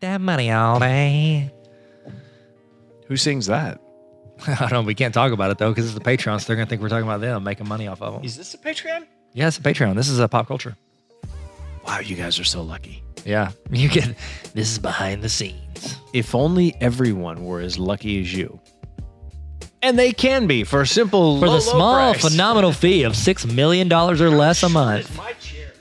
that money all day. Who sings that? I don't know. We can't talk about it though because it's the Patreon, so they're gonna think we're talking about them making money off of them. Is this a Patreon? Yeah, it's a Patreon. This is a pop culture. Wow, you guys are so lucky. Yeah, you get this is behind the scenes. If only everyone were as lucky as you. And they can be for a simple For the low, low small price. phenomenal fee of six million dollars or less a month, My chair.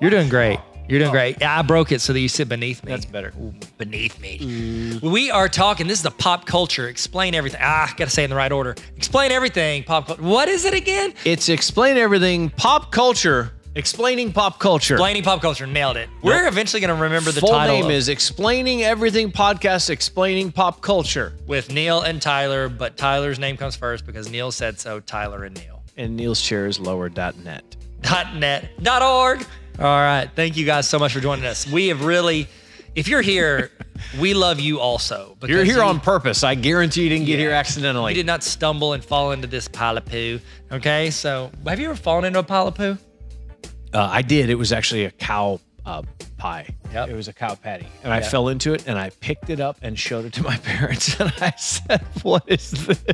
you're doing great. You're doing great. Yeah, I broke it so that you sit beneath me. That's better. beneath me. We are talking. This is the pop culture. Explain everything. Ah, I gotta say it in the right order. Explain everything. Pop culture. What is it again? It's explain everything pop culture. Explaining pop culture. Blaney pop culture. Nailed it. We're eventually gonna remember the Full title name of- is Explaining Everything Podcast Explaining Pop Culture. with Neil and Tyler, but Tyler's name comes first because Neil said so. Tyler and Neil. And Neil's chair is lower.net. dot net dot org. All right. Thank you guys so much for joining us. We have really, if you're here, we love you also. Because You're here you, on purpose. I guarantee you didn't get here You accidentally. did not stumble and fall into this pile of poo. Okay. So have you ever fallen into a pile of poo? Uh, I did. It was actually a cow uh, pie. Yep. It was a cow patty. And I fell into it and I picked it up and showed it to my parents. And I said, What is this?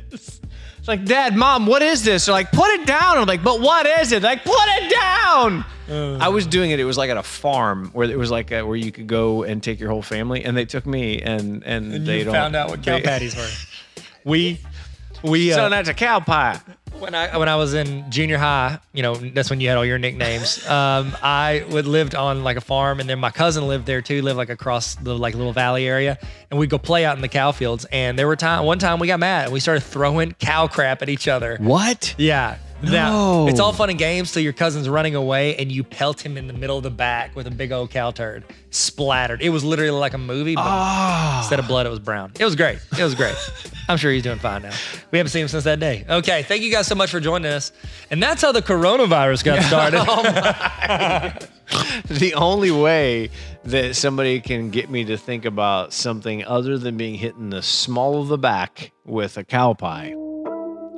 It's like, Dad, Mom, what is this? They're like, Put it down. I'm like, But what is it? They're like, put it down. I was doing it. It was like at a farm where it was like a, where you could go and take your whole family. And they took me and and, they don't, they- were. We, We, son, uh, that's a cow pie. when I when I was in junior high, you know, that's when you had all your nicknames. Um, I would lived on like a farm, and then my cousin lived there too, lived like across the like little valley area, and we'd go play out in the cow fields. And there were time one time we got mad and we started throwing cow crap at each other. What? Yeah. Now No. it's all fun and games till your cousin's running away and you pelt him in the middle of the back with a big old cow turd splattered. It was literally like a movie, but instead of blood, it was brown. It was great. It was great. I'm sure he's doing fine now. We haven't seen him since that day. Okay, thank you guys so much for joining us. And that's how the coronavirus got started. Oh, the only way that somebody can get me to think about something other than being hit in the small of the back with a cow pie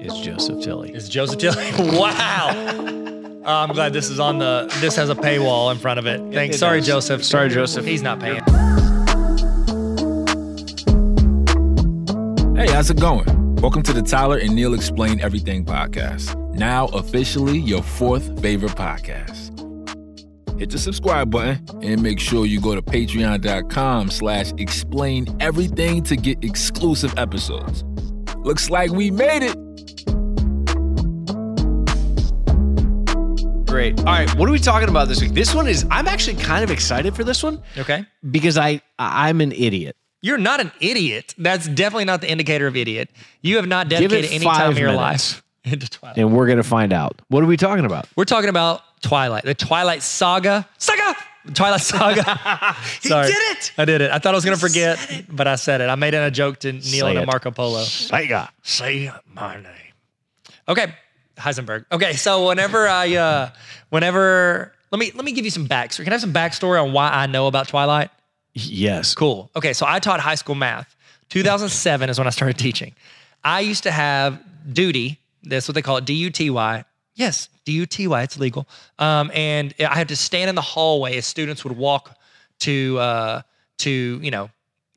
is Joseph Tilly. It's Joseph Tilly. wow. Oh, I'm glad this is on the. This has a paywall in front of it. Thanks. It Sorry, does. Joseph. Sorry, Joseph. He's not paying. Hey, how's it going? Welcome to the Tyler and Neil Explain Everything podcast. Now, officially your fourth favorite podcast. Hit the subscribe button and make sure you go to patreon.com slash explain everything to get exclusive episodes. Looks like we made it. Great. All right, what are we talking about this week? This one is I'm actually kind of excited for this one Okay. because I I'm an idiot. You're not an idiot. That's definitely not the indicator of idiot. You have not Give it dedicated any time five of your minutes. life into Twilight. And we're gonna find out. What are we talking about? We're talking about Twilight, the Twilight Saga. Saga! Twilight Saga. he did it! I did it. I thought I was going to forget, but I said it. I made it a joke to Neil and to it. Marco Polo. Sega. Say my name. Okay, Heisenberg. Okay, so whenever I, uh, whenever, let me, let me give you some backstory. Can I have some backstory on why I know about Twilight? Yes. Cool. Okay, so I taught high school math. 2007 is when I started teaching. I used to have duty. That's what they call it, D-U-T-Y. Yes, D-U-T-Y. It's legal. Um, and I had to stand in the hallway as students would walk to uh, to you know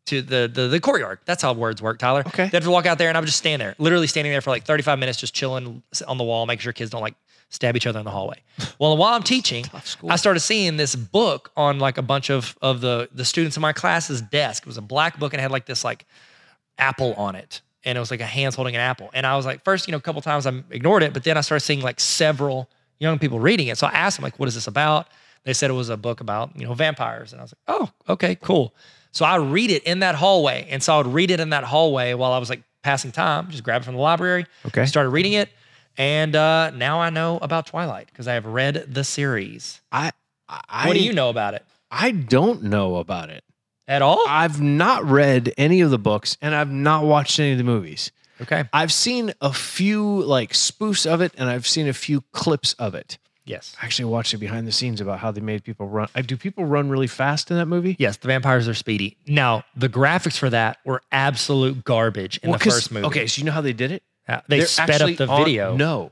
to the, the the courtyard. That's how words work, Tyler. Okay. They have to walk out there, and I would just stand there, literally standing there for like 35 minutes, just chilling on the wall, making sure kids don't like stab each other in the hallway. Well, while I'm teaching, I started seeing this book on like a bunch of of the the students in my class's desk. It was a black book and it had like this like apple on it. And it was like a hand's holding an apple. And I was like, first, you know, a couple times I ignored it, but then I started seeing like several young people reading it. So I asked them, like, what is this about? They said it was a book about, you know, vampires. And I was like, oh, okay, cool. So I read it in that hallway. And so I would read it in that hallway while I was like passing time, just grab it from the library. Okay. Started reading it. And uh, now I know about Twilight because I have read the series. I I What do you know about it I don't know about it. at all? I've not read any of the books and I've not watched any of the movies. okay. I've seen a few like spoofs of it, and I've seen a few clips of it. Yes. I actually watched a behind the scenes about how they made people run. Uh, Do people run really fast in that movie? Yes, the vampires are speedy. Now, the graphics for that were absolute garbage in Well, the 'cause- first movie. Okay, so you know how they did it? Uh, they They're sped up actually the on- video. no,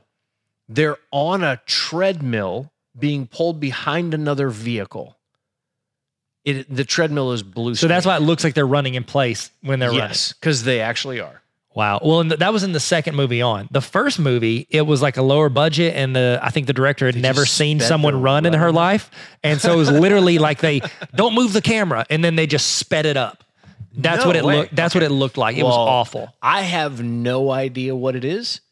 they're on a treadmill being pulled behind another vehicle. It the treadmill is blue. So that's why it looks like they're running in place when they're running. yes, because they actually are. Wow. Well, and th- that was in the second movie on. The first movie, it was like a lower budget, and the I think the director had never just seen sped someone the run in run. her life, and so it was literally like they don't move the camera, and then they just sped it up. That's No what it way. looked. That's what it looked like. It was Well, awful. I have no idea what it is.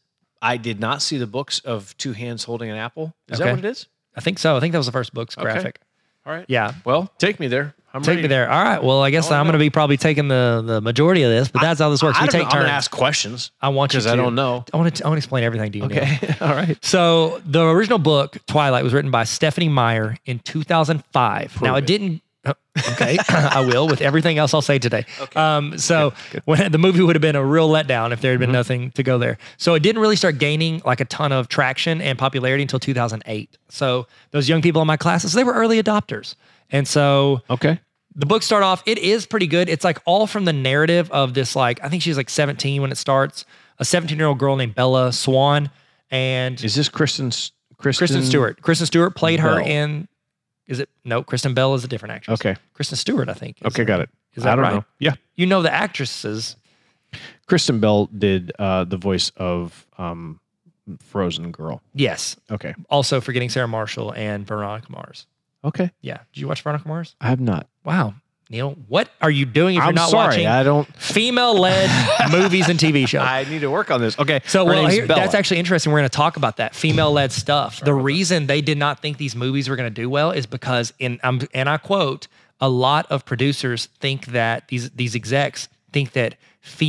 I did not see the books of two hands holding an apple. Is Okay. that what it is? I think so. I think that was the first book's graphic. All right. Yeah. Well, take me there. I'm Take ready. me there. All right. Well, I guess I I'm wanna going to be probably taking the, the majority of this, but that's how this works. Oh, I we don't take know. I'm turns. gonna ask questions I want you because I to. don't know. I want to. I want to explain everything to you. Neil. All right. So the original book Twilight was written by Stephanie Meyer in 2005. now it, it. didn't. oh, Okay, I will with everything else I'll say today. Um, so when the movie would have been a real letdown if there had Mm-hmm. been nothing to go there. So it didn't really start gaining like a ton of traction and popularity until 2008. So those young people in my classes they were early adopters, and so Okay. the book start off it is pretty good it's like all from the narrative of this like i think she's like 17 when it starts a 17 year old girl named bella swan and Is this Kristen's Kristen, kristen stewart kristen stewart played her Bell. in is it no kristen bell is a different actress Okay. kristen stewart i think is- Okay, got it. Is that I don't right? know. Yeah. you know the actresses Kristen Bell did uh, the voice of um, Frozen Girl. yes Okay. also forgetting sarah marshall and veronica mars Okay. yeah did you watch veronica mars I have not. wow neil what are you doing if I'm you're not sorry. watching I don't. female-led movies and tv shows I need to work on this. Okay. So her well, name's here, Bella. that's actually interesting. We're going to talk about that female-led stuff. The reason they did not think these movies were going to do well is because, in um, and I quote, a lot of producers think that these these execs think that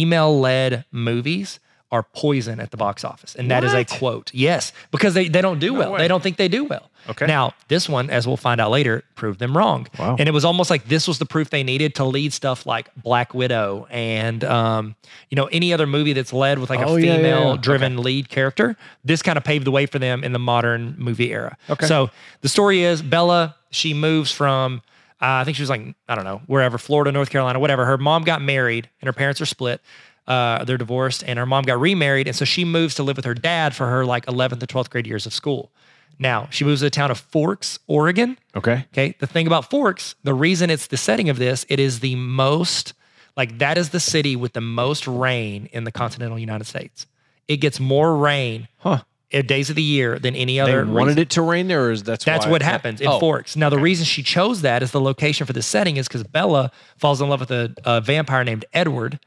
female-led movies are poison at the box office, and that is What? a quote. Yes, because they they don't do well. way. They don't think they do well. Okay. Now this one, as we'll find out later, proved them wrong. Wow. And it was almost like this was the proof they needed to lead stuff like Black Widow and um, you know any other movie that's led with like a Oh, yeah, yeah, yeah. female driven lead character. This kind of paved the way for them in the modern movie era. Okay. So the story is Bella, she moves from, uh, I think she was like, I don't know, wherever, Florida, North Carolina, whatever. Her mom got married and her parents are split. Uh, they're divorced and her mom got remarried. And so she moves to live with her dad for her like 11th or 12th grade years of school. Now she moves to the town of Forks, Oregon. okay. Okay. The thing about Forks, the reason it's the setting of this, it is the most, like, that is the city with the most rain in the continental United States. It gets more rain Huh. uh, days of the year than any They other. wanted reason. it to rain there, or is that's That's why- what happens in Oh, Forks. Now, the reason she chose that as the location for this setting is because Bella falls in love with a, a vampire named Edward,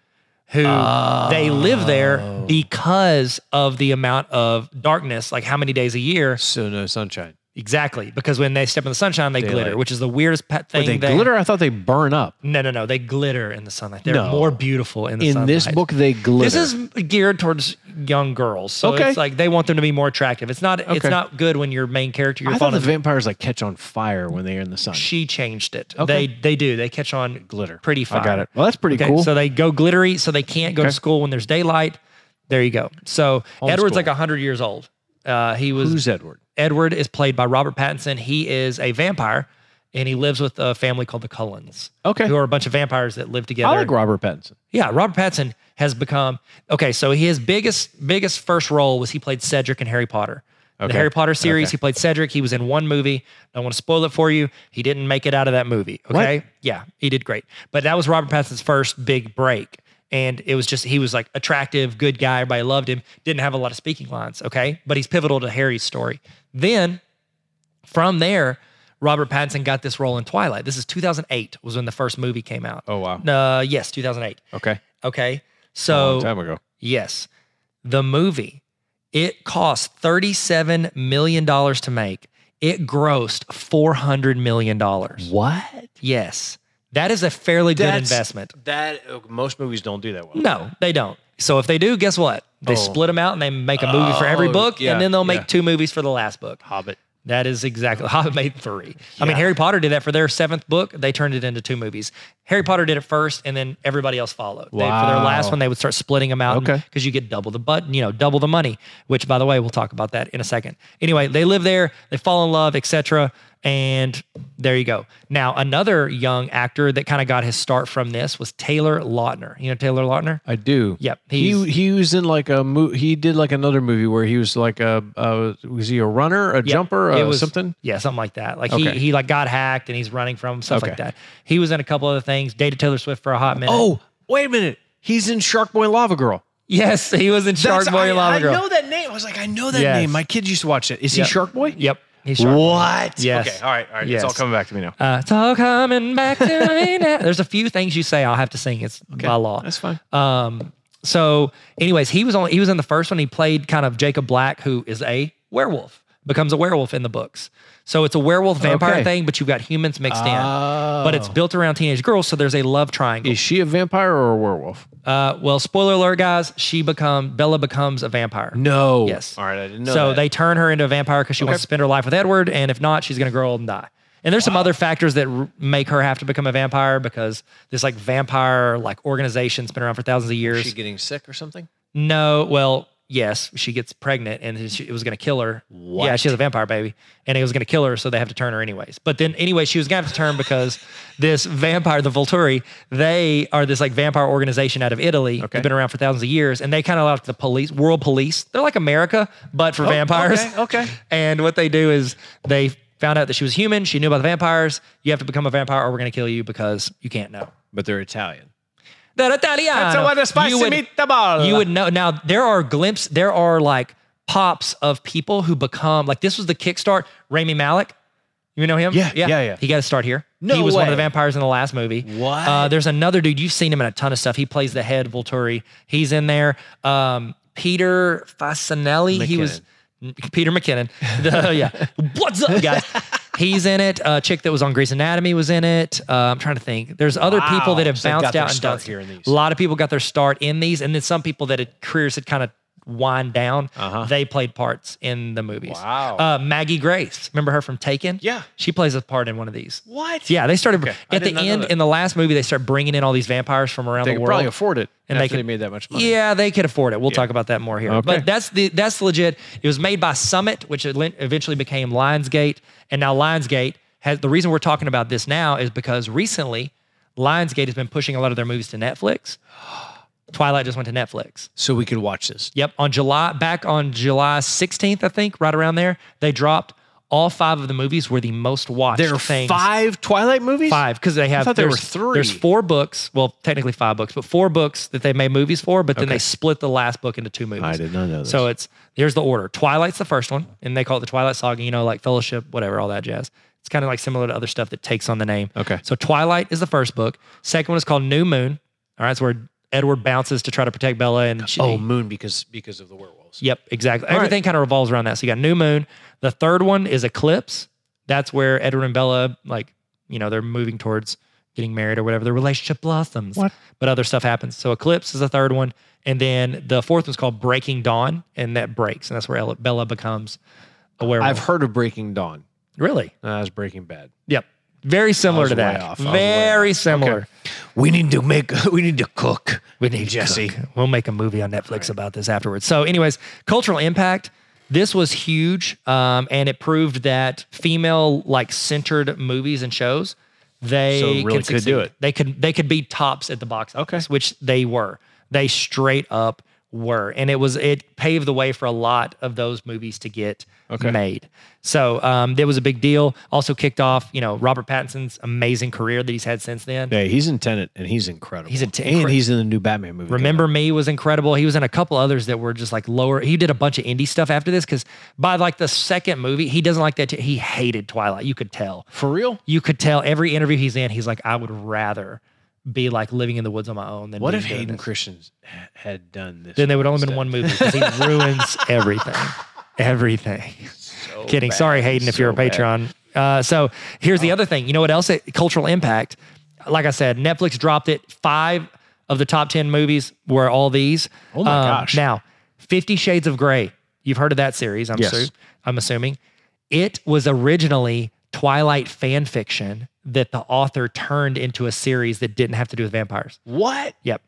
who they live Oh. there because of the amount of darkness, like how many days a year. So no sunshine. Exactly. Because when they step in the sunshine, they Daylight. glitter, which is the weirdest pet thing. But they that- glitter. I thought they burn up. no, no, no. They glitter in the sunlight. They're No. more beautiful in the In sunlight. this book, they glitter. This is geared towards young girls. So Okay. it's like they want them to be more attractive. It's not it's Okay. not good when your main character you're I thought the following vampires like catch on fire when they're in the sun. she changed it. Okay. They they do. They catch on Glitter. pretty I fire. got it. Well, that's pretty Okay, cool. So they go glittery, so they can't go to Okay. school when there's daylight. There you go. So Homeschool. Edward's like hundred years old. Uh, he was Who's Edward? Edward is played by Robert Pattinson. He is a vampire, and he lives with a family called the Cullens, Okay. who are a bunch of vampires that live together. I like Robert Pattinson. Yeah, Robert Pattinson has become okay. So his biggest biggest first role was he played Cedric in Harry Potter. In The Okay. Harry Potter series, Okay. he played Cedric. He was in one movie. I don't want to spoil it for you. He didn't make it out of that movie. Okay, yeah, he did great, but that was Robert Pattinson's first big break, and it was just he was like attractive, good guy. Everybody loved him. Didn't have a lot of speaking lines. Okay, but he's pivotal to Harry's story. Then from there, Robert Pattinson got this role in Twilight. This is 2008 was when the first movie came out. Oh wow. Uh, yes, 2008. Okay. Okay. A long So, time ago. yes, the movie, it cost $37 million to make. It grossed $400 million. What? Yes. That is a fairly good That's- investment. That oh, most movies don't do that well. No, they don't. So, if they do, guess what? They Oh. split them out and they make a movie for every Oh, book, yeah, and then they'll make yeah. two movies for the last book. Hobbit. That is exactly. Hobbit made three. I mean, Yeah. Harry Potter did that for their seventh book. They turned it into two movies. Harry Potter did it first, and then everybody else followed. They- for their last Wow. one, they would start splitting them out. Okay. Because you get double the but you know, double the money. Which, by the way, we'll talk about that in a second. Anyway, they live there. They fall in love, etc. And there you go. Now, another young actor that kind of got his start from this was Taylor Lautner. You know Taylor Lautner? I do. Yep. He he was in like a mo- he did like another movie where he was like a, a was he a runner, a jumper, it or was- something? Yeah, something like that. Like Okay. he he like got hacked and he's running from him, stuff like Okay. that. He was in a couple other things. Dated Taylor Swift for a hot minute. Oh, wait a minute. He's in Shark Boy Lava Girl. yes, he was in Shark That's- Boy I, and Lava I Girl. know that name. I was like, I know that Yes. name. My kids used to watch it. Is Yep. he Shark Boy? Yep, he's Shark. Boy. What? Yes. Okay. All right. All right. Yes. It's all coming back to me now. Uh, it's all coming back to me now. There's a few things you say I'll have to sing. It's by law. That's fine. Um, so, anyways, he was on. He was in the first one. He played kind of Jacob Black, who is a werewolf, becomes a werewolf in the books. So it's a werewolf vampire Okay. Oh. thing, but you've got humans mixed in. But it's built around teenage girls, so there's a love triangle. Is she a vampire or a werewolf? Uh, well, spoiler alert, guys. She become Bella becomes a vampire. No. Yes. All right. I didn't know. so that. they turn her into a vampire because she wants to spend her life with Edward, and if not, she's going to grow old and die. And there's some other factors that r- make her have to become a vampire because this like vampire like organization's been around for thousands of years. Is she getting sick or something? No, well, yes, she gets pregnant and she, it was going to kill her. Yeah, What? she has a vampire baby and it was going to kill her, so they have to turn her anyways. But then, anyway, she was going to have to turn because this vampire, the Volturi, they are this like vampire organization out of Italy. Okay. They've been around for thousands of years and they kind of like the police, world police. They're like America, but for vampires. Oh, okay, okay. And what they do is they found out that she was human. She knew about the vampires. You have to become a vampire or we're going to kill you because you can't know. But they're Italian. That Italiano. You would- you would know. Now there are glimpses. There are like pops of people who become like this was the kickstart. Rami Malik. You know him? Yeah, yeah, yeah. He got to start here. No he was one of the way. vampires in the last movie. What? Uh, there's another dude. You've seen him in a ton of stuff. He plays the head Volturi. He's in there. Um, Peter Fasinelli. He was Peter McKinnon. The- yeah. What's up, guys? He's in it. A chick that was on Grey's Anatomy was in it. Uh, I'm trying to think. There's other people Wow. that have So they got bounced their out and start done here in these. a lot of people got their start in these, and then some people that had careers had kind of wind down. Uh-huh. They played parts in the movies. Wow. Uh, Maggie Grace, remember her from Taken? Yeah. she plays a part in one of these. What? Yeah, they started I at did the not know end that. in the last movie. They start bringing in all these vampires from around They the could world. probably afford it. And And they after they could- made that much money. Yeah, they could afford it. We'll talk about that more here. Okay. But that's the that's legit. It was made by Summit, which el- eventually became Lionsgate, and now Lionsgate has the reason we're talking about this now is because recently Lionsgate has been pushing a lot of their movies to Netflix. Twilight just went to Netflix. So we could watch this. Yep, on July back on July 16th, I think, right around there, they dropped all five of the movies were the most watched There are things five Twilight movies. five because they have. thought there were there's- three. There's four books. Well, technically five books, but four books that they made movies for. But then they split the last book into two movies. I did not know this. So it's here's the order. Twilight's the first one, and they call it the Twilight Saga. You know, like Fellowship, whatever, all that jazz. It's kind of like similar to other stuff that takes on the name. Okay. So Twilight is the first book. Second one is called New Moon. All right, it's where Edward bounces to try to protect Bella, and she, Oh, Moon because because of the werewolves. Yep, exactly. Everything kind of revolves around that. So you got new moon. The third one is eclipse. That's where Edward and Bella, like, you know, they're moving towards getting married or whatever. Their relationship blossoms. What? But other stuff happens. So eclipse is the third one, and then the fourth one's called breaking dawn, and that breaks, and that's where Ella- Bella becomes a werewolf. I've heard of Breaking Dawn. really? That was Breaking Bad. Yep. Very similar was to way that. off. I was way Very similar. We need to make. We need to cook. We need Jesse. Cook. We'll make a movie on Netflix about this afterwards. So, anyways, cultural impact. This was huge, um, and it proved that female like centered movies and shows they So really can could succeed. do it. They could they could be tops at the box office, which they were. They straight up were, and it was it paved the way for a lot of those movies to get made. So um, that was a big deal. Also kicked off, you know, Robert Pattinson's amazing career that he's had since then. Yeah, he's in Tenet, and he's incredible. He's in Tenet. and he's in the new Batman movie. Remember Me was incredible. He was in a couple others that were just like lower. He did a bunch of indie stuff after this because by like the second movie, he doesn't like that. T- he hated Twilight. You could tell. for real. You could tell every interview he's in, he's like, I would rather be like living in the woods on my own than What be if doing Hayden this." Christian had done this? Then there would only been instead? one movie because he ruins everything. Everything. Kidding. Sorry, Hayden, if you're a Oh, So bad. Oh. Patreon. Uh, so here's the other thing. You know what else? It, cultural impact. Like I said, Netflix dropped it. Five of the top 10 movies were all these. Um, Oh my gosh. Now, Fifty Shades of Grey. You've heard of that series, I'm, Yes. assu- I'm assuming. It was originally Twilight fan fiction that the author turned into a series that didn't have to do with vampires. What? Yep.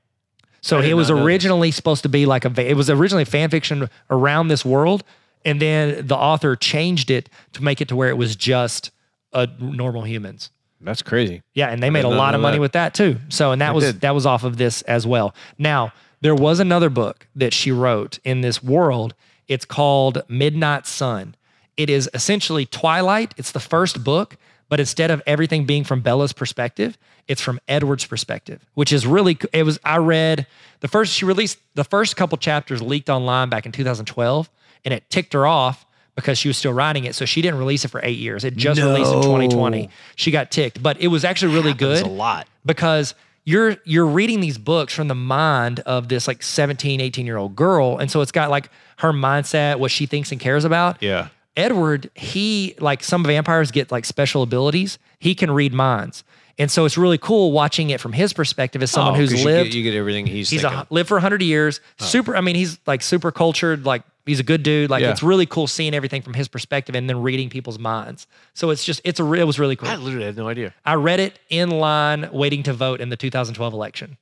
So did it was not know this. originally supposed to be like a. va- It was originally fan fiction around this world, and then the author changed it to make it to where it was just uh, normal humans. That's crazy. Yeah, and they made a didn't lot know of money that. with that too. So, and that They was did. that was off of this as well. Now, there was another book that she wrote in this world. It's called Midnight Sun. It is essentially Twilight. It's the first book, but instead of everything being from Bella's perspective, it's from Edward's perspective, which is really co- it was I read the first she released the first couple chapters leaked online back in 2012 and it ticked her off because she was still writing it. So she didn't release it for 8 years. It just released in No. 2020 she got ticked but it was actually really It's good a lot. because you're you're reading these books from the mind of this like 17 18 year old girl and so it's got like her mindset what she thinks and cares about Yeah. edward he like some vampires get like special abilities he can read minds and so it's really cool watching it from his perspective as someone Oh, who's 'cause you lived Get, you get everything he's, he's thinking. a, lived for 100 years super i mean he's like super cultured like he's a good dude like Yeah. it's really cool seeing everything from his perspective and then reading people's minds so it's just it's a re- it was really cool I literally had no idea. I read it in line waiting to vote in the 2012 election.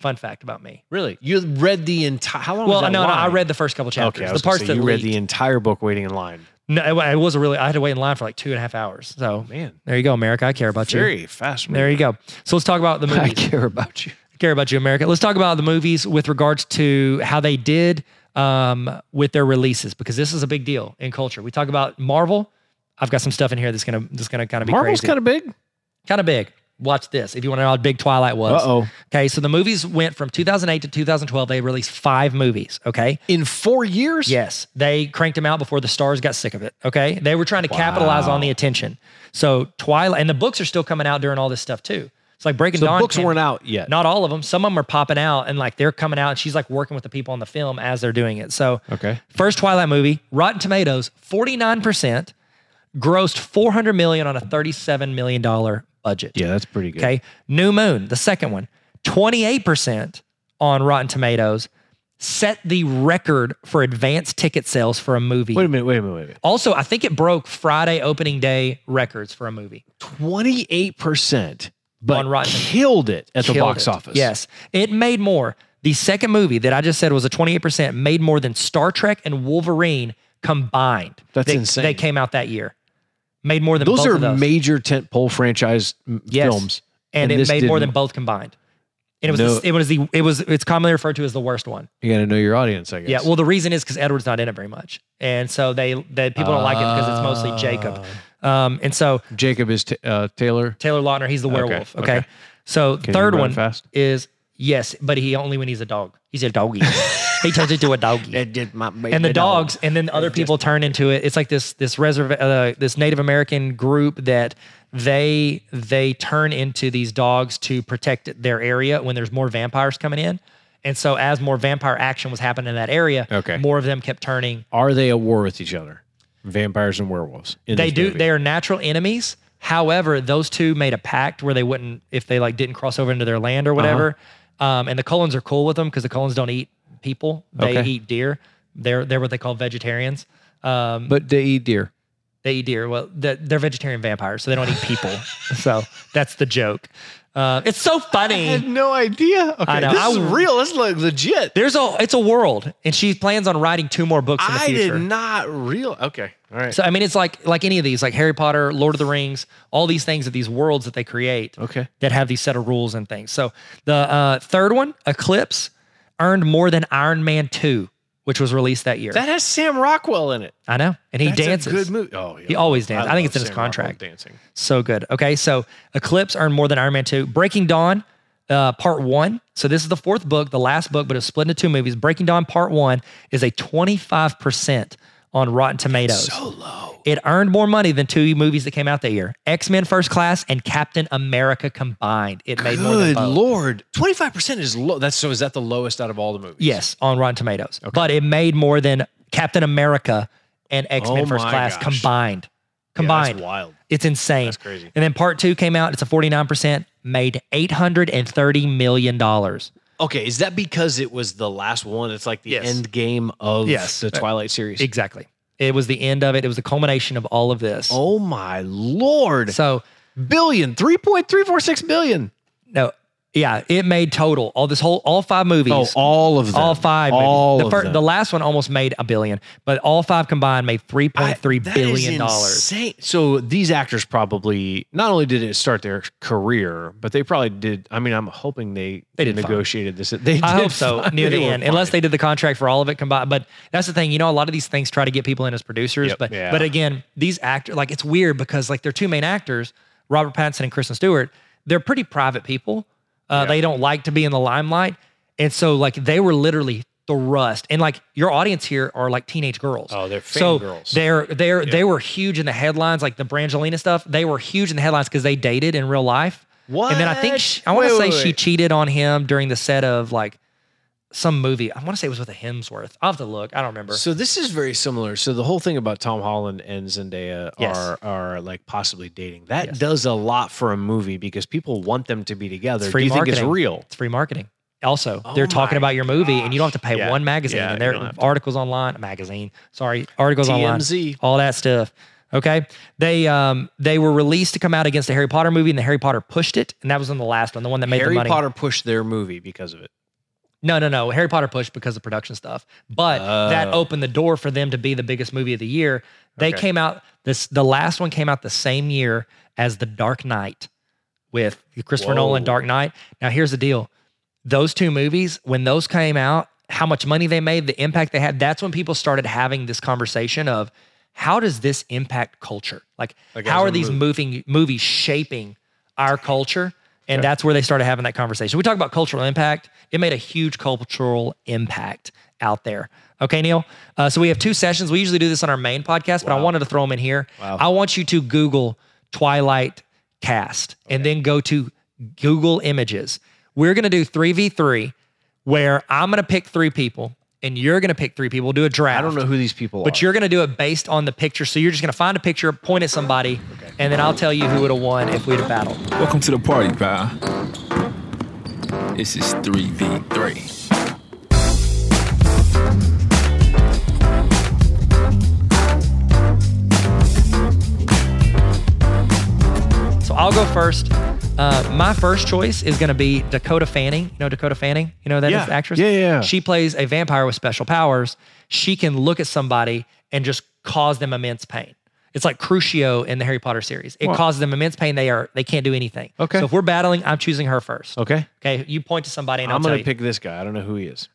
Fun fact about me. Really? You read the entire? How long? Well, was that no, no, I line? read the first couple chapters. Okay, I the was gonna parts say, that you read the leaked. entire book waiting in line. No, it, it was a really. I had to wait in line for like two and a half hours. So Oh, Man, there you go, America. I care about you. very fast. There you go. So let's talk about the I movies. care about you. care about you, America. Let's talk about the movies with regards to how they did um, with their releases because this is a big deal in culture. We talk about Marvel. I've got some stuff in here that's gonna that's gonna kind of be Marvel's crazy. kind of big. kind of big. Watch this if you want to know how big Twilight was. Uh-oh. Okay, so the movies went from 2008 to 2012. They released five movies. Okay. In four years? Yes, they cranked them out before the stars got sick of it. Okay, they were trying to capitalize on the attention. So Twilight and the books are still coming out during all this stuff too. It's like Breaking The Dawn. books came- weren't out yet. Not all of them. Some of them are popping out and like they're coming out. And she's like working with the people on the film as they're doing it. So Okay. First Twilight movie, Rotten Tomatoes, 49%, grossed 400 million on a 37 million dollar budget. Yeah, that's pretty good. Okay. New Moon, the second one, 28% on Rotten Tomatoes, set the record for advanced ticket sales for a movie. Wait a minute. Wait a minute. Wait a minute. also, I think it broke Friday opening day records for a movie. Twenty-eight percent, but On Rotten- killed it at the Killed box it. office. Yes. It made more. The second movie that I just said was a 28% made more than Star Trek and Wolverine combined. That's They- insane. They came out that year. Made more than those both are of those. major tentpole franchise m- Yes. films, and, it this made more than didn't. both combined. And it was No. the, it was the it was it's commonly referred to as the worst one. You got to know your audience, I guess. Yeah, well, the reason is because Edward's not in it very much, and so they that people don't like it because it's mostly Jacob. Um, and so Jacob is t- uh, Taylor. Taylor Lautner, he's the werewolf. Okay, okay. so you third run one fast? is yes, but he only when he's a dog. He's a doggy. he turns into a doggy. And the dogs, and then other people turn into it. It's like this this reserv uh, this Native American group that they they turn into these dogs to protect their area when there's more vampires coming in. And so, as more vampire action was happening in that area, Okay. more of them kept turning Are they at war with each other? Vampires and werewolves. in they this do movie? they are natural enemies however those two made a pact where they wouldn't if they like didn't cross over into their land or Uh-huh. whatever um, and the cullens are cool with them because the cullens don't eat people they Okay. eat deer they're they're what they call vegetarians um, but they eat deer. they eat deer well they're, they're vegetarian vampires so they don't eat people so that's the joke uh, it's so funny no idea. Okay, I know. this is I- real. This is like legit. there's a it's a world and she plans on writing two more books in the I future did not real. Okay, all right. So I mean, it's like like any of these, like Harry Potter, Lord of the Rings, all these things that these worlds that they create, Okay. that have these set of rules and things. So the uh, third one, Eclipse, earned more than Iron Man two, which was released that year. that has Sam Rockwell in it. I know, and he That's dances. A good movie. Oh, yeah. He always dances. I think love it's in his Sam Rockwell contract. Dancing. So good. Okay, so Eclipse earned more than Iron Man 2. Breaking Dawn, uh, Part 1. So this is the fourth book, the last book, but it's split into two movies. Breaking Dawn Part 1 is a 25% on Rotten Tomatoes. so low. It earned more money than two movies that came out that year. X-Men First Class and Captain America combined. It made more than Good both. lord, twenty five percent is low. That's so. Is that the lowest out of all the movies? Yes, on Rotten Tomatoes. But it made more than Captain America and X-Men Oh First my Class gosh. combined. Yeah, Combined. That's wild. It's insane. That's crazy. And then part two came out. It's a 49%, made $830 million. Okay, is that because it was the last one? It's like the Yes. end game of Yes. the Twilight series. Exactly. It was the end of it. It was the culmination of all of this. oh my lord, So, billion, three point three four six billion. no, Yeah, it made total all this whole all five movies. Oh, all of them. All five. movies. All the of fir- them. The last one almost made a billion, but all five combined made three point three That is billion dollars. insane. So these actors probably not only did it start their career, but they probably did. I mean, I'm hoping they They did fine. negotiated this. They I did hope so fine. near the They were end, unless fine. they did the contract for all of it combined. But that's the thing, you know, a lot of these things try to get people in as producers, Yep. but Yeah. but again, these actors like it's weird because like their two main actors, Robert Pattinson and Kristen Stewart, they're pretty private people. Uh, They don't like to be in the limelight, and so like they were literally thrust, and like your audience here are like teenage girls. Oh, they're so fangirls. They're they're they were huge in the headlines, like the Brangelina stuff. They were huge in the headlines because they dated in real life. And then I think What? she, I want to Wait, say wait, she wait. cheated on him during the set of like some movie. I want to say it was with a Hemsworth. I'll have to look. I don't remember. So this is very similar. So the whole thing about Tom Holland and Zendaya Yes. are are like possibly dating. That Yes. does a lot for a movie because people want them to be together. It's Do free you think it's marketing. real? it's free marketing. Also, Oh they're talking my about your movie and you don't have to pay gosh. one magazine. Yeah, and you there don't are have to. articles online, magazine, sorry, articles online. TMZ. all that stuff. Okay, they um they were released to come out against the Harry Potter movie, and the Harry Potter pushed it, and that was in the last one, the one that made Harry the money. Potter pushed their movie because of it. No, no, no. Harry Potter pushed because of production stuff, but that Oh. opened the door for them to be the biggest movie of the year. They Okay. came out this the last one came out the same year as The Dark Knight with Christopher Nolan Whoa. Dark Knight. Now here's the deal. Those two movies when those came out, how much money they made, the impact they had, that's when people started having this conversation of how does this impact culture? Like, Like, how as are a these movie. moving movies shaping our culture? And that's where they started having that conversation. We talk about cultural impact. It made a huge cultural impact out there. Okay, Neil. Uh, so we have two sessions. We usually do this on our main podcast, but I wanted to throw them in here. I want you to Google Twilight Cast and then go to Google Images. We're going to do 3v3 where I'm going to pick three people and you're going to pick three people. We'll do a draft. I don't know who these people are. But you're going to do it based on the picture. So you're just going to find a picture, point at somebody, and then I'll tell you who would have won if we'd have battled. Welcome to the party, pal. This is 3v3. So I'll go first. Uh, my first choice is going to be Dakota Fanning. You know Dakota Fanning? You know who that is Yeah. the actress? Yeah, yeah, yeah. She plays a vampire with special powers. She can look at somebody and just cause them immense pain. It's like Crucio in the Harry Potter series. It causes them immense pain. They are they can't do anything. Okay. So if we're battling, I'm choosing her first. okay. Okay. You point to somebody and i I'm will tell gonna you. pick this guy. I don't know who he is.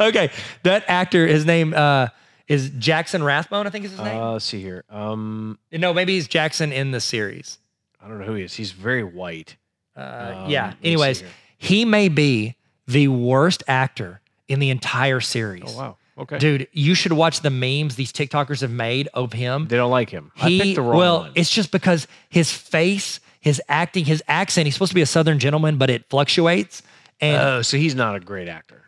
Okay, that actor, his name uh, is Jackson Rathbone. I think is his name. Uh, let's see here. Um, no, maybe he's Jackson in the series. I don't know who he is. He's very white. Uh, Um, yeah. let me see Anyways, here. he may be the worst actor in the entire series. Oh wow. Okay. Dude, you should watch the memes these TikTokers have made of him. They don't like him. He, I picked the wrong well, one. it's just because his face, his acting, his accent. He's supposed to be a Southern gentleman, but it fluctuates. And oh, so he's not a great actor.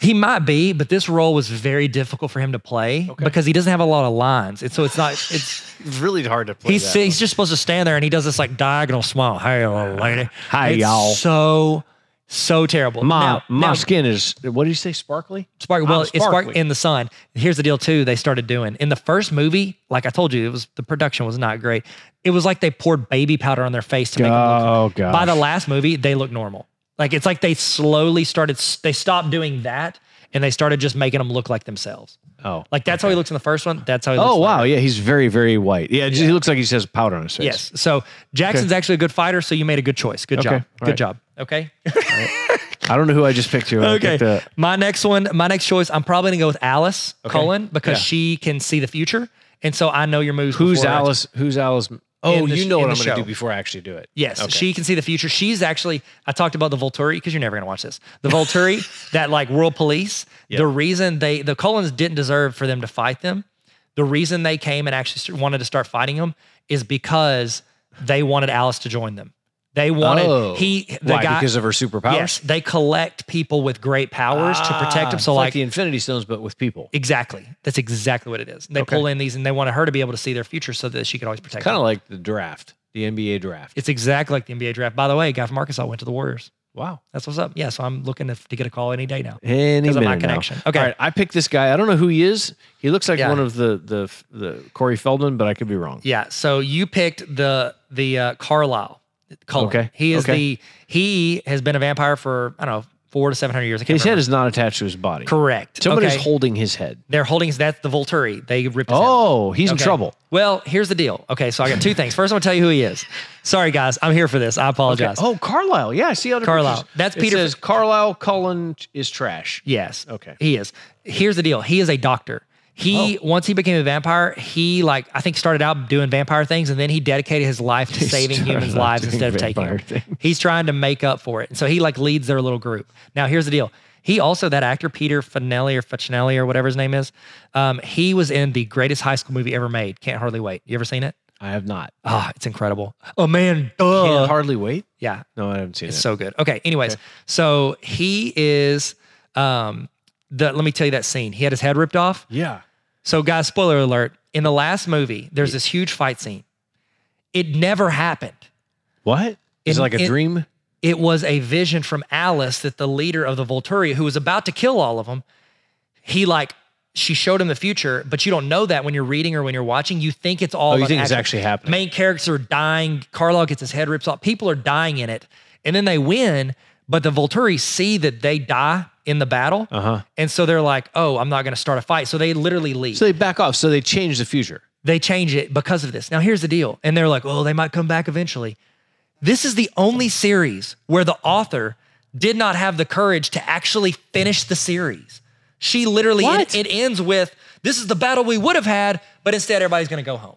He might be, but this role was very difficult for him to play Okay. because he doesn't have a lot of lines. And so it's not, it's, It's really hard to play. he's, that he's just supposed to stand there and he does this like diagonal smile. Hey, little lady. Hi, It's y'all. So, so terrible. one. My Now- my now, skin is. What did you say? Sparkly. Spark, I'm well, it's spark sparkly. in the sun. Here's the deal too. They started doing in the first movie, like I told you, it was the production was not great. It was like they poured baby powder on their face to make them look. Oh god. By the last movie, they look normal. Like it's like they slowly started. They stopped doing that and they started just making them look like themselves. oh. Like that's how he looks in the first one. That's how he looks. Oh wow. later. Yeah, he's very very white. Yeah, just- he looks like he has powder on his face. Yes. So Jackson's actually a good fighter. So you made a good choice. Good Okay. job. All Good right. job. Okay. I don't know who I just picked here. I picked, uh, My next one. My next choice. I'm probably gonna go with Alice Cullen because Yeah. she can see the future, and so I know your moves. who's before I- Alice? Who's Alice? Oh, In the you sh- know in what I'm the gonna show. do before I actually do it. Yes, Okay. she can see the future. She's actually, I talked about the Volturi because you're never going to watch this. The Volturi, that like world police, the reason they, the Colons didn't deserve for them to fight them. The reason they came and actually st- wanted to start fighting them is because they wanted Alice to join them. They wanted, Oh. he, the Why? guy, because of her superpowers. yes, they collect people with great powers to protect them. Ah, So, it's like, the Infinity Stones, but with people. exactly. That's exactly what it is. They Okay. pull in these and they wanted her to be able to see their future so that she could always protect Kind them. of like the draft, the NBA draft. It's exactly like the NBA draft. By the way, a guy from Arkansas went to the Warriors. Wow. That's what's up. Yeah, so I'm looking to, to get a call any day now. Any Because of my minute now. connection. Okay. All right. I picked this guy. I don't know who he is. He looks like Yeah. one of the the the Corey Feldman, but I could be wrong. Yeah, so you picked the the uh, Carlisle. Cullen. Okay, He is okay. the he has been a vampire for I don't know four to seven hundred years. I can't His head remember. is not attached to his body. correct. Somebody's okay. holding his head. They're holding that's the Volturi. They ripped. His head off. Oh, he's in Okay. trouble. Well, here's the deal. Okay, so I got two things. First, I'm gonna tell you who he is. Sorry, guys, I'm here for this. I apologize. Oh, Carlisle. Yeah, I see other Carlisle. pictures. That's It Peter- says Carlisle Cullen is trash. Yes. Okay. Oh. He is. Here's the deal. He is a doctor. He once he became a vampire, he like I think started out doing vampire things, and then he dedicated his life to saving started humans' out lives doing instead of taking vampire them. things. He's trying to make up for it, and so he like leads their little group. Now here's the deal. He also that actor Peter Finelli or Facinelli or whatever his name is. Um, he was in the greatest high school movie ever made. Can't hardly wait. You ever seen it? I have not. Ah, it's incredible. Oh man, duh. Can't hardly wait. yeah, No, I haven't seen it's it. so good. Okay. Anyways, so he is um the let me tell you that scene. He had his head ripped off. yeah. So guys, spoiler alert, in the last movie, there's this huge fight scene. It never happened. What? Is In- it like a in- dream? It was a vision from Alice that the leader of the Volturi, who was about to kill all of them, he like she showed him the future, but you don't know that when you're reading or when you're watching. You think it's all. Oh, you about think it's action. actually happening. Main characters are dying. Carlisle gets his head ripped off. People are dying in it, and then they win. But the Volturi see that they die in the battle, Uh-huh. and so they're like, "Oh, I'm not going to start a fight." So they literally leave So they back off. So they change the future. they change it because of this. Now here's the deal. And they're like, oh, they might come back eventually. This is the only series where the author did not have the courage to actually finish the series. She literally, it, What? it ends with this is the battle we would have had, but instead everybody's gonna go home.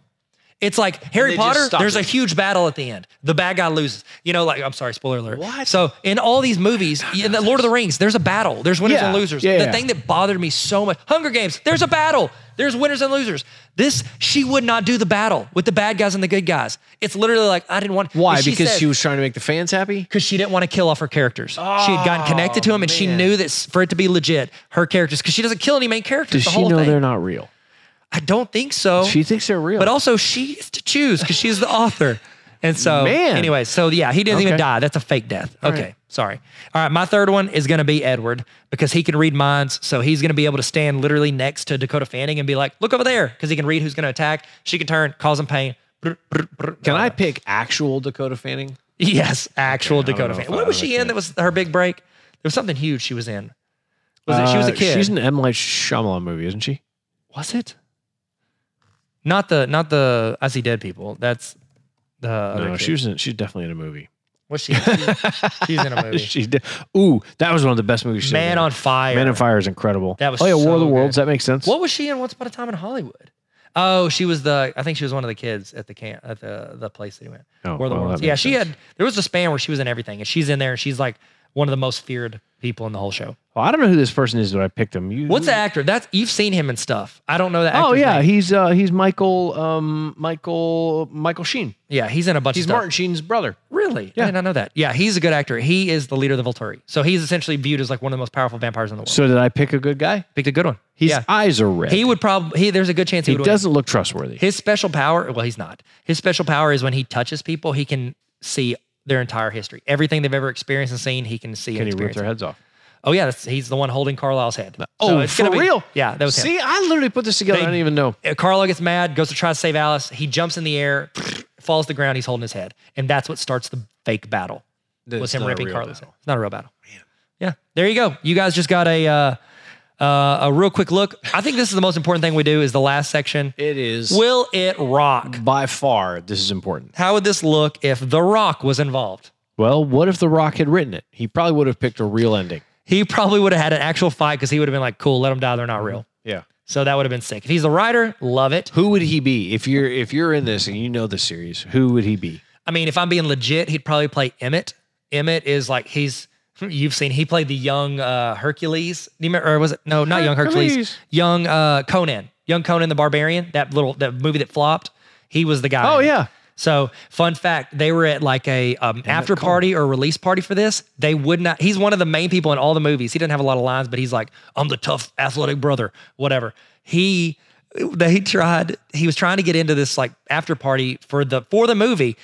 It's like Harry they just Potter, stopped there's a it. huge battle at the end. The bad guy loses. You know, like, I'm sorry, spoiler alert. What? So, in all these movies, in the Lord of the Rings, there's a battle, there's winners Yeah, and losers. yeah, the yeah. thing that bothered me so much. Hunger Games, there's a battle. There's winners and losers. This, she would not do the battle with the bad guys and the good guys. It's literally like, I didn't want. Why? and she because said- she was trying to make the fans happy? because she didn't want to kill off her characters. she had gotten connected to him, and she Oh, man. knew that s- for it to be legit, her characters, because she doesn't kill any main characters. Does the she whole know thing. they're not real? I don't think so. She thinks they're real. but also she has to choose because she's the author. And so, Man. anyway, so yeah, he didn't even Okay. die. That's a fake death. okay, sorry. All right, my third one is going to be Edward because he can read minds. So he's going to be able to stand literally next to Dakota Fanning and be like, look over there because he can read who's going to attack. She can turn, cause him pain. Brr, brr, brr. Can I pick actual Dakota Fanning? Yes, actual don't Dakota know if Fanning. I- What was I she in can't- that was her big break? There was something huge she was in. Was it? She was a Uh, kid. She's in an M. Night Shyamalan movie, isn't she? was it? Not the not the I see dead people. That's the other no, kid. she was in, she's definitely in a movie. What's she? She's, she's in a movie. She did. Ooh, that was one of the best movies. she's Man in. on Fire. Man on Fire is incredible. That was oh yeah, War so of the good. Worlds. That makes sense. What was she in Once Upon a Time in Hollywood? Oh, she was the. I think she was one of the kids at the camp at the the place that he went. Oh, War of the well, that Worlds. Yeah, makes she sense. had. There was a span where she was in everything, and she's in there, and she's like one of the most feared people in the whole show. Well, Oh, I don't know who this person is, but I picked him. You, What's the actor? That's you've seen him in stuff. I don't know that. Mm. Oh actor's yeah, name. he's uh, he's Michael um, Michael Michael Sheen. yeah, he's in a bunch He's of stuff. Martin Sheen's brother. Really? I Yeah. did not know that. Yeah, he's a good actor. He is the leader of the Volturi, so he's essentially viewed as like one of the most powerful vampires in the world. So did I pick a good guy? Picked a good one. His yeah, eyes are red. he would probably. He there's a good chance he, He would. win. doesn't look trustworthy. His special power, well, he's not. His special power is when he touches people, he can see their entire history. Everything they've ever experienced and seen, he can see Can and he rip experience. their heads off? Oh yeah, that's, he's the one holding Carlisle's head. So oh, it's for gonna be- real? Yeah, that was him. See, I literally put this together. They- I didn't even know. Uh, Carlisle gets mad, goes to try to save Alice. He jumps in the air, falls to the ground. He's holding his head, and that's what starts the fake battle. was It's him not a ripping real Carlisle's head. battle. It's not a real battle. Yeah, there you go. You guys just got a uh, uh, a real quick look. I think this is the most important thing we do. Is the last section. It is Will it rock? by far. This is important. How would this look if The Rock was involved? Well, what if The Rock had written it? He probably would have picked a real ending. He probably would have had an actual fight because he would have been like, cool, let them die. They're not real. Yeah. So that would have been sick. If he's the writer, love it. Who would he be if you're if you're in this and you know the series? Who would he be? I mean, if I'm being legit, he'd probably play Emmett. Emmett is like, he's, you've seen, he played the young uh, Hercules. Do you remember, or was it, no, not young Hercules, Hercules. young uh, Conan, young Conan the Barbarian, that little, that movie that flopped. He was the guy. Oh, in it. yeah. So fun fact, they were at like a um, after party or release party for this. They would not. He's one of the main people in all the movies. He doesn't have a lot of lines, but he's like, "I'm the tough athletic brother," whatever. He they tried. He was trying to get into this like after party for the for the movie.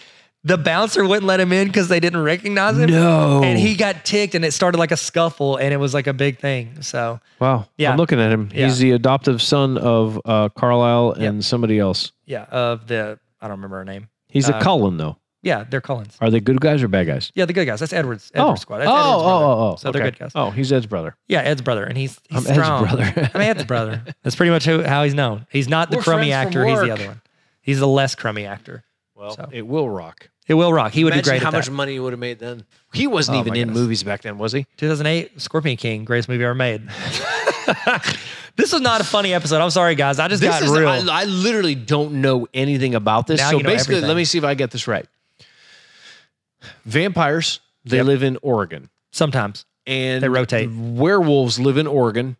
The bouncer wouldn't let him in because they didn't recognize him. No. and he got ticked, and it started like a scuffle, and it was like a big thing. So Wow. Yeah. I'm looking at him. Yeah. He's the adoptive son of uh, Carlisle and somebody else. yeah, of the I don't remember her name. He's a Cullen though. Yeah, they're Cullens. Are they good guys or bad guys? Yeah, the good guys. That's Edwards. Edwards squad. That's oh, Edwards brother. oh, oh, oh. So they're okay. good guys. Oh, he's Ed's brother. Yeah, Ed's brother, and he's, he's I'm Ed's strong. brother. I'm Ed's brother. That's pretty much who, how he's known. He's not the We're crummy friends from actor. He's the work. other one. He's the less crummy actor. Well, So. it will rock. It will rock. He would Imagine be great how at that. much money he would have made then. He wasn't Oh, even my in goodness. movies back then, was he? 2008, Scorpion King, greatest movie ever made. this was not a funny episode. I'm sorry, guys. I just This got is real. I, I literally don't know anything about this. Now so you know basically, let everything. me see if I get this right. Vampires, they Yep. live in Oregon. Sometimes And They rotate. Werewolves live in Oregon.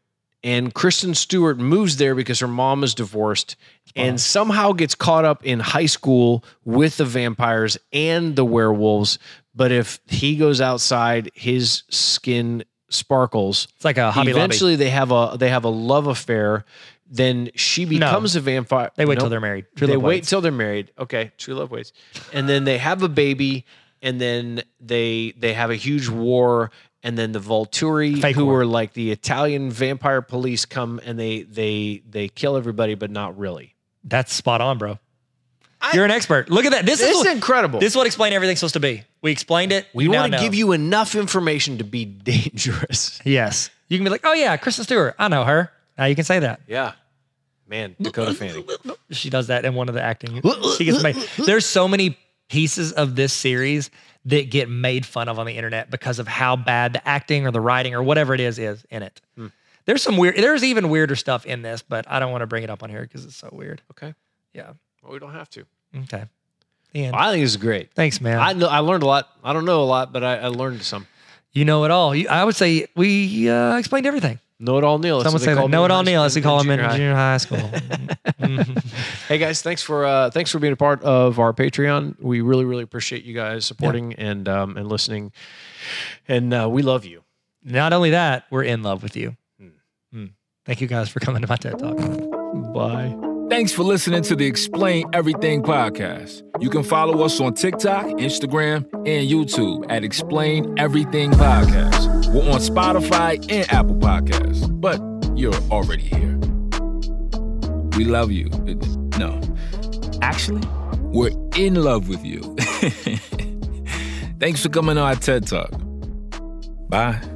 And Kristen Stewart moves there because her mom is divorced and somehow gets caught up in high school with the vampires and the werewolves. But if he goes outside, his skin sparkles it's like a Hobby eventually they have a they have a love affair. Then she becomes a vampire. Lobby. They wait Nope. till they're married. True they Love wait waits. till they're married. Okay, true love waits, and then they have a baby, and then they they have a huge war, and then the Volturi, Fake who war. are like the Italian vampire police, come and they they they kill everybody, but not really. That's spot on, bro. I- You're an expert. Look at that. This, This is is what, incredible. this is what explain everything's supposed to be. We explained it. we now want to know. give you enough information to be dangerous. Yes. You can be like, oh yeah, Kristen Stewart. I know her. Now you can say that. Yeah, man, Dakota Fanning. She does that in one of the acting. she gets made. There's so many pieces of this series that get made fun of on the internet because of how bad the acting or the writing or whatever it is is in it. Hmm. There's some weird. There's even weirder stuff in this, but I don't want to bring it up on here because it's so weird. Okay, Yeah. well we don't have to. Okay. The end. I think it's great. Thanks, man. I know, I learned a lot. I don't know a lot, but I, I learned some. you know it all. You, I would say we uh, explained everything. Know it all, Neil. That's Someone what Oh, they said called that. me Know it in all, high Neil. That's school what they call him and in junior high. junior high school. Mm-hmm. Hey guys, thanks for uh, thanks for being a part of our Patreon. We really really appreciate you guys supporting and um, and listening, and uh, we love you. Not only that, we're in love with you. Hmm. Mm. Thank you guys for coming to my TED Talk. Bye. Thanks for listening to the Explain Everything podcast. You can follow us on TikTok, Instagram, and YouTube at Explain Everything Podcast. We're on Spotify and Apple Podcasts, but you're already here. We love you. No, actually, we're in love with you. Thanks for coming to our TED Talk. Bye.